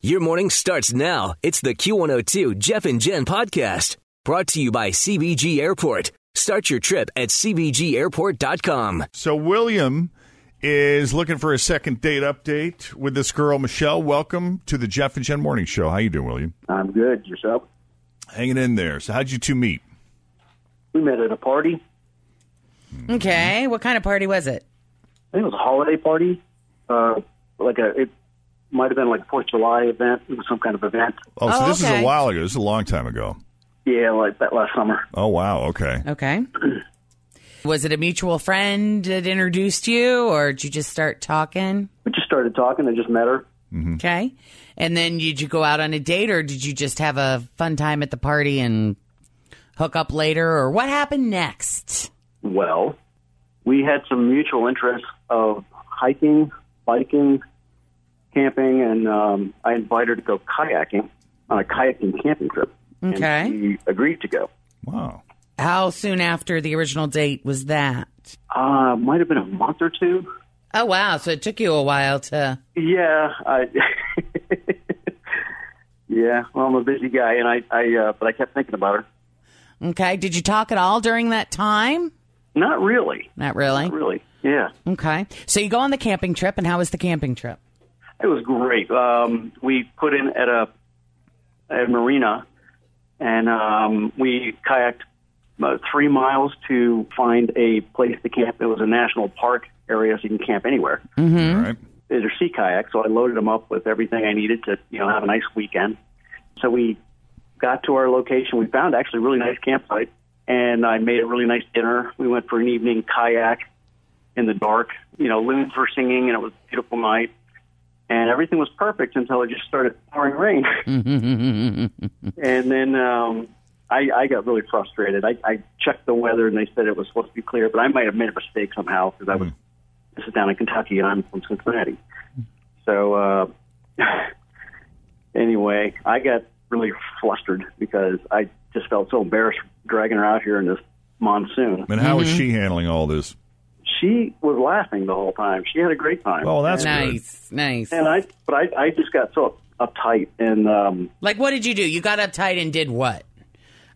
Your morning starts now. It's the Q102 Jeff and Jen podcast brought to you by CBG Airport. Start your trip at CBGAirport.com. So William is looking for a second date update with this girl, Michelle. Welcome to the Jeff and Jen Morning Show. How you doing, William? I'm good. Yourself? Hanging in there. So how'd you two meet? We met at a party. Okay, what kind of party was it? I think it was a holiday party. Uh, like a, it might have been like Fourth of July event. It was some kind of event. Oh, so Oh, this is okay. a while ago. This is a long time ago. Yeah, like that last summer. Oh wow. Okay. Okay. Was it a mutual friend that introduced you, or did you just start talking? We just started talking. I just met her. Okay. And then did you go out on a date, or did you just have a fun time at the party and hook up later, or what happened next? Well, we had some mutual interests of hiking, biking, camping, and um, I invited her to go kayaking on a kayaking camping trip. Okay. And she agreed to go. Wow. How soon after the original date was that? Uh, might have been a month or two. Oh, wow. So it took you a while to. Yeah, I, yeah. Well, I'm a busy guy, and I, I, uh, but I kept thinking about her. Okay. Did you talk at all during that time? Not really, Not really. not really. Yeah, Okay. So you go on the camping trip, and how was the camping trip? it was great. Um, we put in at a at a marina, and um, we kayaked about three miles to find a place to camp. It was a national park area, so you can camp anywhere. Mm-hmm. All right. These are sea kayaks, so I loaded them up with everything I needed to, you know, have a nice weekend. So we got to our location. We found actually a really nice campsite, and I made a really nice dinner. We went for an evening kayak in the dark. You know, loons were singing, and it was a beautiful night. And everything was perfect until it just started pouring rain. and then um, I, I got really frustrated. I, I checked the weather, and they said it was supposed to be clear, but I might have made a mistake somehow because I was this is down in Kentucky, and I'm from Cincinnati. So uh, anyway, I got really flustered because I just felt so embarrassed dragging her out here in this monsoon. And how Mm-hmm. is she handling all this? She was laughing the whole time. She had a great time. Oh, that's good. Nice. Nice. and I, but I, I just got so uptight, and um, Like, what did you do? You got uptight and did what?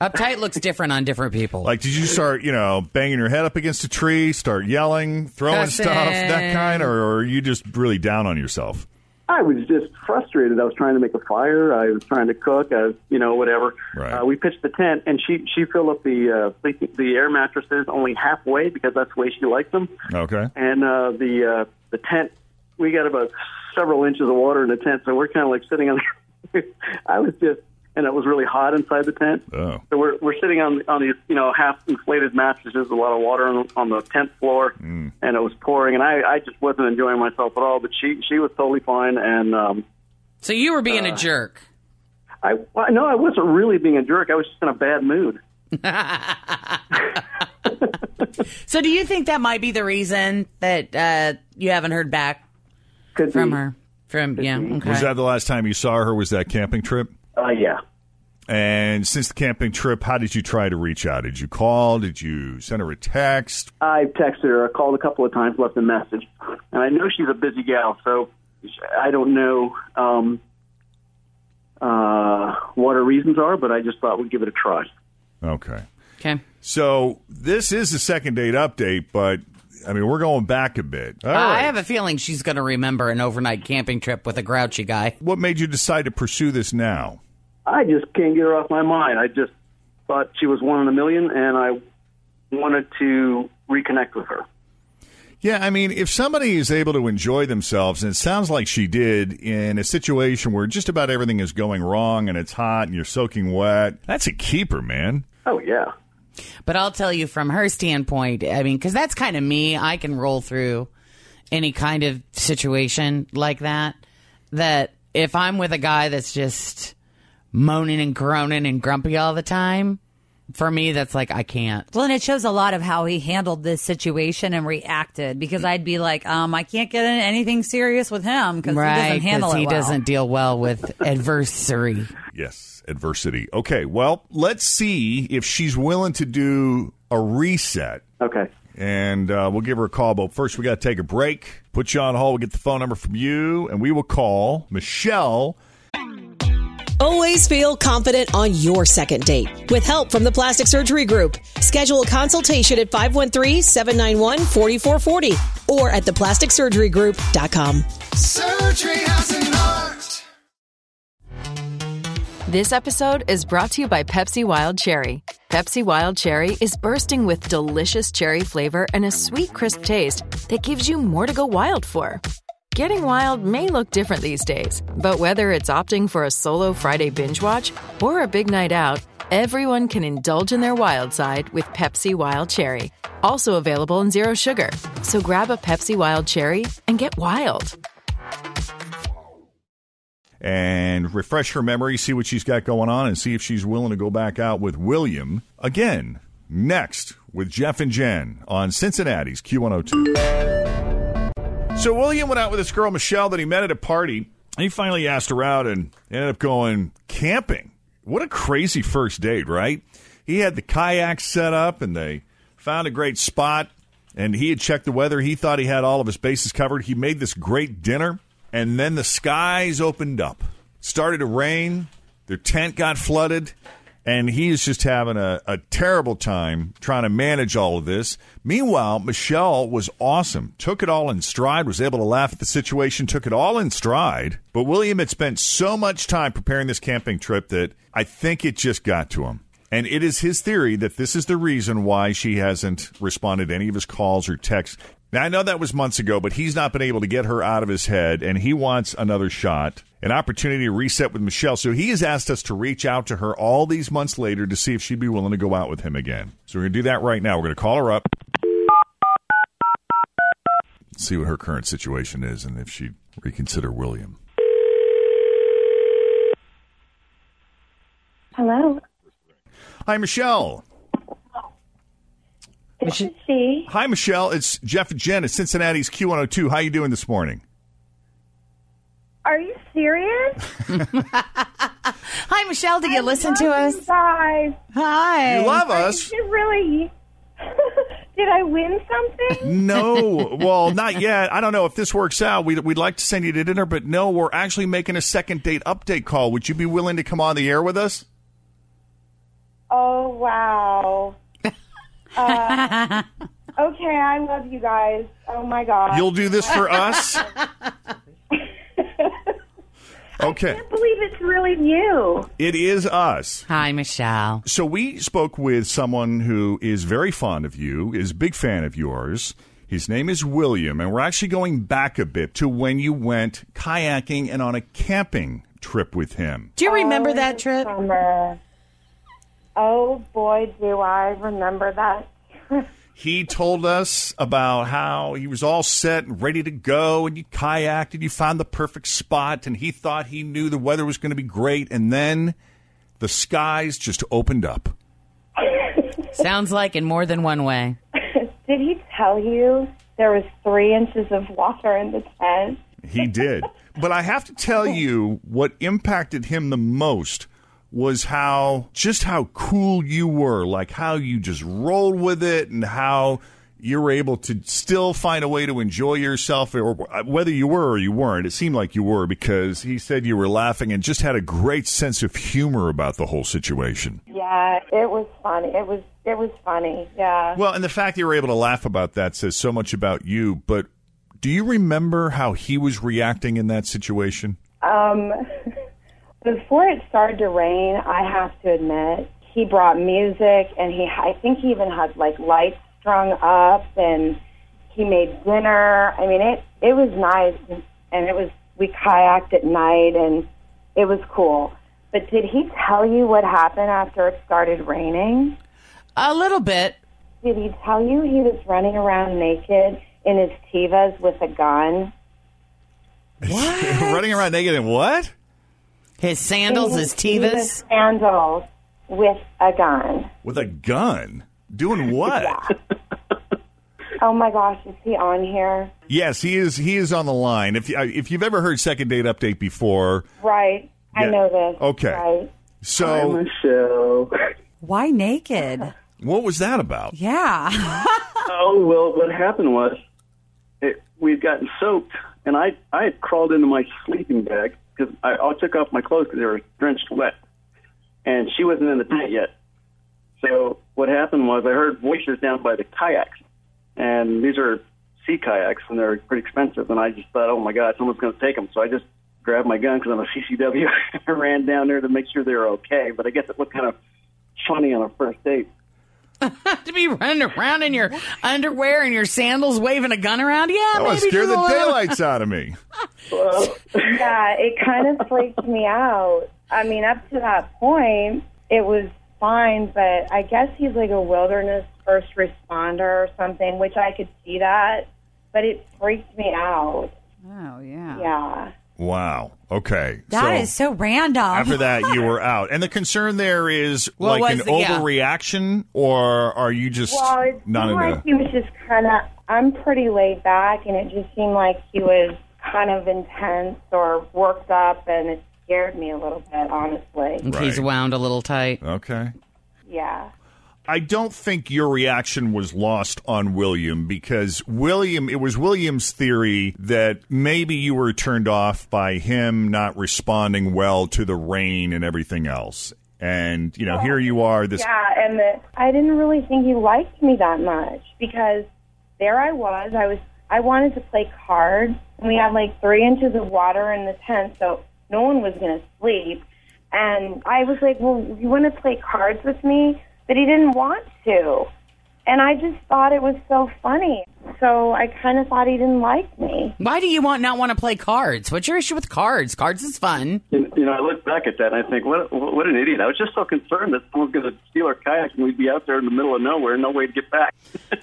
Uptight looks different on different people. Like, did you start, you know, banging your head up against a tree, start yelling, throwing stuff, that Cussing. kind, or, or are you just really down on yourself? I was just frustrated. I was trying to make a fire. I was trying to cook. I, was, you know, whatever. Right. Uh, we pitched the tent, and she she filled up the, uh, the the air mattresses only halfway because that's the way she liked them. Okay. and uh, the uh, the tent. We got about several inches of water in the tent, so we're kind of like sitting on. The, I was just, and it was really hot inside the tent. Oh. So we're we're sitting on on these you know half inflated mattresses, a lot of water on, on the tent floor, and it was pouring, and I I just wasn't enjoying myself at all. But she she was totally fine, and um, so you were uh, being a jerk. I well, no, I wasn't really being a jerk. I was just in a bad mood. So do you think that might be the reason that uh, you haven't heard back Could from Hmm. be. her? From yeah, okay. Was that the last time you saw her? Was that camping trip? Uh, yeah. And since the camping trip, how did you try to reach out? Did you call? Did you send her a text? I texted her. I called a couple of times, left a message, and I know she's a busy gal, so I don't know um, uh, what her reasons are, but I just thought we'd give it a try. Okay. okay. So this is a second date update, but I mean we're going back a bit. All I right. have a feeling she's going to remember an overnight camping trip with a grouchy guy. what made you decide to pursue this now? I just can't get her off my mind. I just thought she was one in a million, and I wanted to reconnect with her. Yeah, I mean, if somebody is able to enjoy themselves, and it sounds like she did in a situation where just about everything is going wrong and it's hot and you're soaking wet, that's a keeper, man. Oh yeah, But I'll tell you from her standpoint, I mean, because that's kind of me. I can roll through any kind of situation like that. That if I'm with a guy that's just moaning and groaning and grumpy all the time, for me, that's like, I can't. Well, and it shows a lot of how he handled this situation and reacted because I'd be like, um, I can't get into anything serious with him because he doesn't handle 'cause it he well. doesn't deal well with adversary. Yes, adversity. Okay, well, let's see if she's willing to do a reset. okay. And uh, we'll give her a call. But first, we got to take a break. Put you on hold. We'll get the phone number from you, and we will call Michelle. Always feel confident on your second date. With help from the Plastic Surgery Group, schedule a consultation at 513-791-4440 or at theplasticsurgerygroup.com. Surgery has an art. This episode is brought to you by Pepsi Wild Cherry. Pepsi Wild Cherry is bursting with delicious cherry flavor and a sweet, crisp taste that gives you more to go wild for. Getting wild may look different these days, but whether it's opting for a solo Friday binge watch or a big night out, everyone can indulge in their wild side with Pepsi Wild Cherry, also available in Zero Sugar. So grab a Pepsi Wild Cherry and get wild. and refresh her memory, see what she's got going on, and see if she's willing to go back out with William again. Next with Jeff and Jen on Cincinnati's Q102. So William went out with this girl Michelle that he met at a party. He finally asked her out and ended up going camping. What a crazy first date, right? He had the kayak set up and they found a great spot and he had checked the weather. He thought he had all of his bases covered. He made this great dinner, and then the skies opened up. Started to rain. Their tent got flooded, and he is just having a, a terrible time trying to manage all of this. Meanwhile, Michelle was awesome. Took it all in stride, was able to laugh at the situation, took it all in stride. But William had spent so much time preparing this camping trip that I think it just got to him. And it is his theory that this is the reason why she hasn't responded to any of his calls or texts. Now, I know that was months ago, but he's not been able to get her out of his head, and he wants another shot, an opportunity to reset with Michelle. So he has asked us to reach out to her all these months later to see if she'd be willing to go out with him again. So we're going to do that right now. We're going to call her up, see what her current situation is, and if she'd reconsider William. Hello. Hi, Michelle. This is she. Hi, Michelle. It's Jeff and Jen at Cincinnati's Q102. How you doing this morning? Are you serious? Hi, Michelle. Did you listen to Hi, us? you Guys, Hi. You love us. you really? Did I win something? No, well, not yet. I don't know if this works out. We'd, we'd like to send you to dinner, but no, we're actually making a second date update call. Would you be willing to come on the air with us? Oh wow. Uh, okay, I love you guys. Oh my god. You'll do this for us? I Okay, can't believe it's really you. it is us. Hi, Michelle. So we spoke with someone who is very fond of you, is a big fan of yours. His name is William, and we're actually going back a bit to when you went kayaking and on a camping trip with him. Do you remember that trip? Summer. Oh boy, do I remember that. He told us about how he was all set and ready to go, and you kayaked and you found the perfect spot, and he thought he knew the weather was going to be great, and then the skies just opened up. Sounds like in more than one way. Did he tell you there was three inches of water in the tent? He did. but I have to tell you what impacted him the most was how just how cool you were, like how you just rolled with it and how you were able to still find a way to enjoy yourself or uh, whether you were or you weren't. It seemed like you were because he said you were laughing and just had a great sense of humor about the whole situation. Yeah, it was funny. It was it was funny. Yeah. Well, and the fact that you were able to laugh about that says so much about you, but do you remember how he was reacting in that situation? Um, Before it started to rain, I have to admit, he brought music and he, I think he even had like lights strung up and he made dinner. I mean, it, it was nice and it was, we kayaked at night and it was cool. But did he tell you what happened after it started raining? A little bit. Did he tell you he was running around naked in his Tevas with a gun? Running around naked and what? His sandals, Oh, his Tevas sandals with a gun. With a gun? Doing what? Oh my gosh, is he on here? yes, he is. He is on the line. If you- if you've ever heard second date update before, Right. I Yeah. know this. Okay. Right. so Michelle. Why naked? What was that about? Yeah. oh well, what happened was it, we'd gotten soaked, and I I had crawled into my sleeping bag because I, I took off my clothes because they were drenched wet, and she wasn't in the tent yet. So what happened was I heard voices down by the kayaks, and these are sea kayaks, and they're pretty expensive. And I just thought, oh my god, someone's going to take them. So I just grabbed my gun because I'm a CCW. I ran down there to make sure they were okay. But I guess it looked kind of funny on a first date. to be running around in your underwear and your sandals, waving a gun around. Yeah, That would maybe scare do the a little- daylights out of me. yeah, it kind of freaked me out. I mean, up to that point, it was fine, but I guess he's like a wilderness first responder or something, which I could see that, but it freaked me out. Oh yeah. Yeah. Wow. Okay. That is so, random. After that, you were out, and the concern there is Well, like an was it- yeah. overreaction, or are you just Well, it seemed not in like a? he was just kind of. I'm pretty laid back, and it just seemed like he was kind of intense or worked up, and it scared me a little bit, honestly. He's wound a little tight. Okay. Yeah. I don't think your reaction was lost on William because William, it was William's theory that maybe you were turned off by him not responding well to the rain and everything else. And, you know, here you are, this Yeah, and the, I didn't really think he liked me that much because there I was. I was I wanted to play cards, and we had like three inches of water in the tent, so no one was going to sleep. And I was like, "Well, you want to play cards with me?" But he didn't want to, and I just thought it was so funny. So I kind of thought he didn't like me. Why do you want not want to play cards? What's your issue with cards? Cards is fun. You you know, I look back at that and I think, what what an idiot! I was just so concerned that someone's going to steal our kayak and we'd be out there in the middle of nowhere, no way to get back.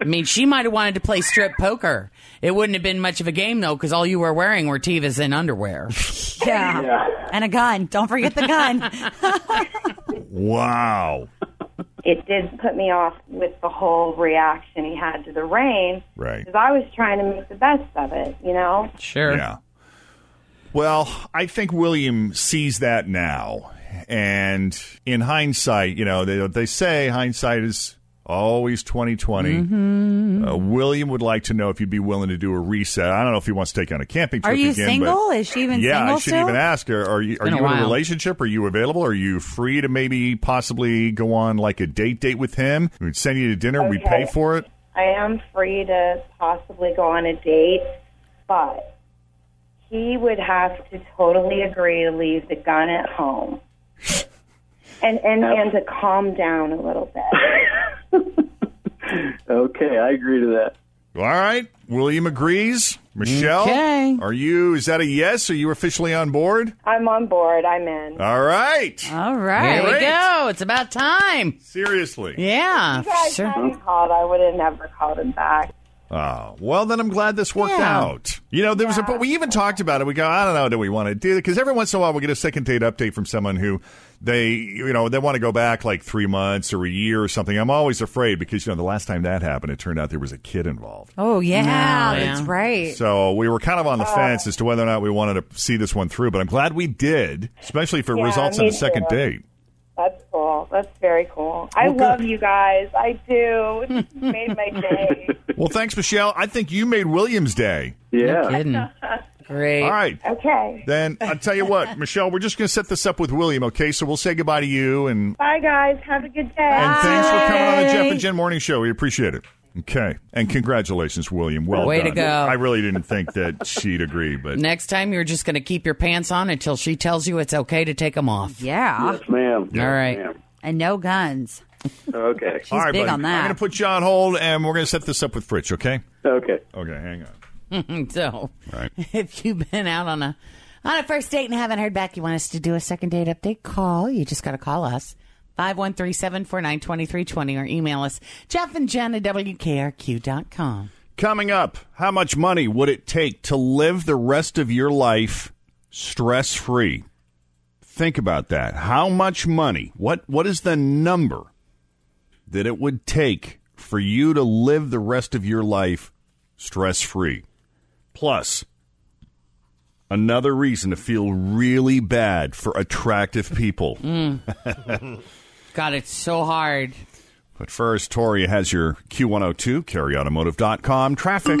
I mean, she might have wanted to play strip poker. It wouldn't have been much of a game though, because all you were wearing were Tevas and underwear. yeah. And a gun. Don't forget the gun. wow. It did put me off with the whole reaction he had to the rain Right. because I was trying to make the best of it, you know. Sure. Yeah. Well, I think William sees that now. And in hindsight, you know, they, they say hindsight is always 2020. Mm-hmm. Uh, William would like to know if you'd be willing to do a reset. I don't know if he wants to take you on a camping trip Are you again, but- single? Is she even yeah, single I should still? even ask her. Are you are been you in a a while. relationship? Are you available? Are you free to maybe possibly go on like a date date with him? We'd send you to dinner. We'd pay Okay. for it. I am free to possibly go on a date, but he would have to totally agree to leave the gun at home. And, and and to calm down a little bit. Okay, I agree to that. All right. William agrees. Michelle, Okay. are you? Is that a yes? Are you officially on board? I'm on board. I'm in. All right. All There right. we Great. go. It's about time. Seriously. Yeah. If I Sure. hadn't called, I would have never called him back. Oh, well, then I'm glad this worked Yeah. out. You know, there was a, but we even talked about it. We go, I don't know, do we want to do it? Because every once in a while we get a second date update from someone who they, you know, they want to go back like three months or a year or something. I'm always afraid because, you know, the last time that happened, it turned out there was a kid involved. Oh yeah, Yeah. that's right. So we were kind of on the fence as to whether or not we wanted to see this one through, but I'm glad we did, especially if it Yeah, results in a me second too. date. That's cool. That's very cool. I Well, good. love you guys. I do. It's made my day. Well, thanks, Michelle. I think you made William's day. Yeah. Oh, Kidding. Great. All right. Okay. Then I'll tell you what, Michelle, we're just going to set this up with William, okay? So we'll say goodbye to you and Bye, guys. Have a good day. And thanks for coming on the Jeff and Jen Morning Show. We appreciate it. Okay. And congratulations, William. Well Way to done. go. I really didn't think that she'd agree, but Next time, you're just going to keep your pants on until she tells you it's okay to take them off. Yeah. Yes, ma'am. All right. And no guns. Okay. She's big on that. I'm going to put you on hold, and we're going to set this up with Fritch, okay? Okay. Okay, hang on. so, All right. if you've been out on a on a first date and haven't heard back, you want us to do a second date update call, you just got to call us. 513-749-2320 or email us Jeff and Jen at WKRQ.com. Coming up, how much money would it take to live the rest of your life stress free? Think about that. How much money? What what is the number that it would take for you to live the rest of your life stress free? Plus, another reason to feel really bad for attractive people. God, it's so hard. But first, Tori has your Q102, carryautomotive.com traffic.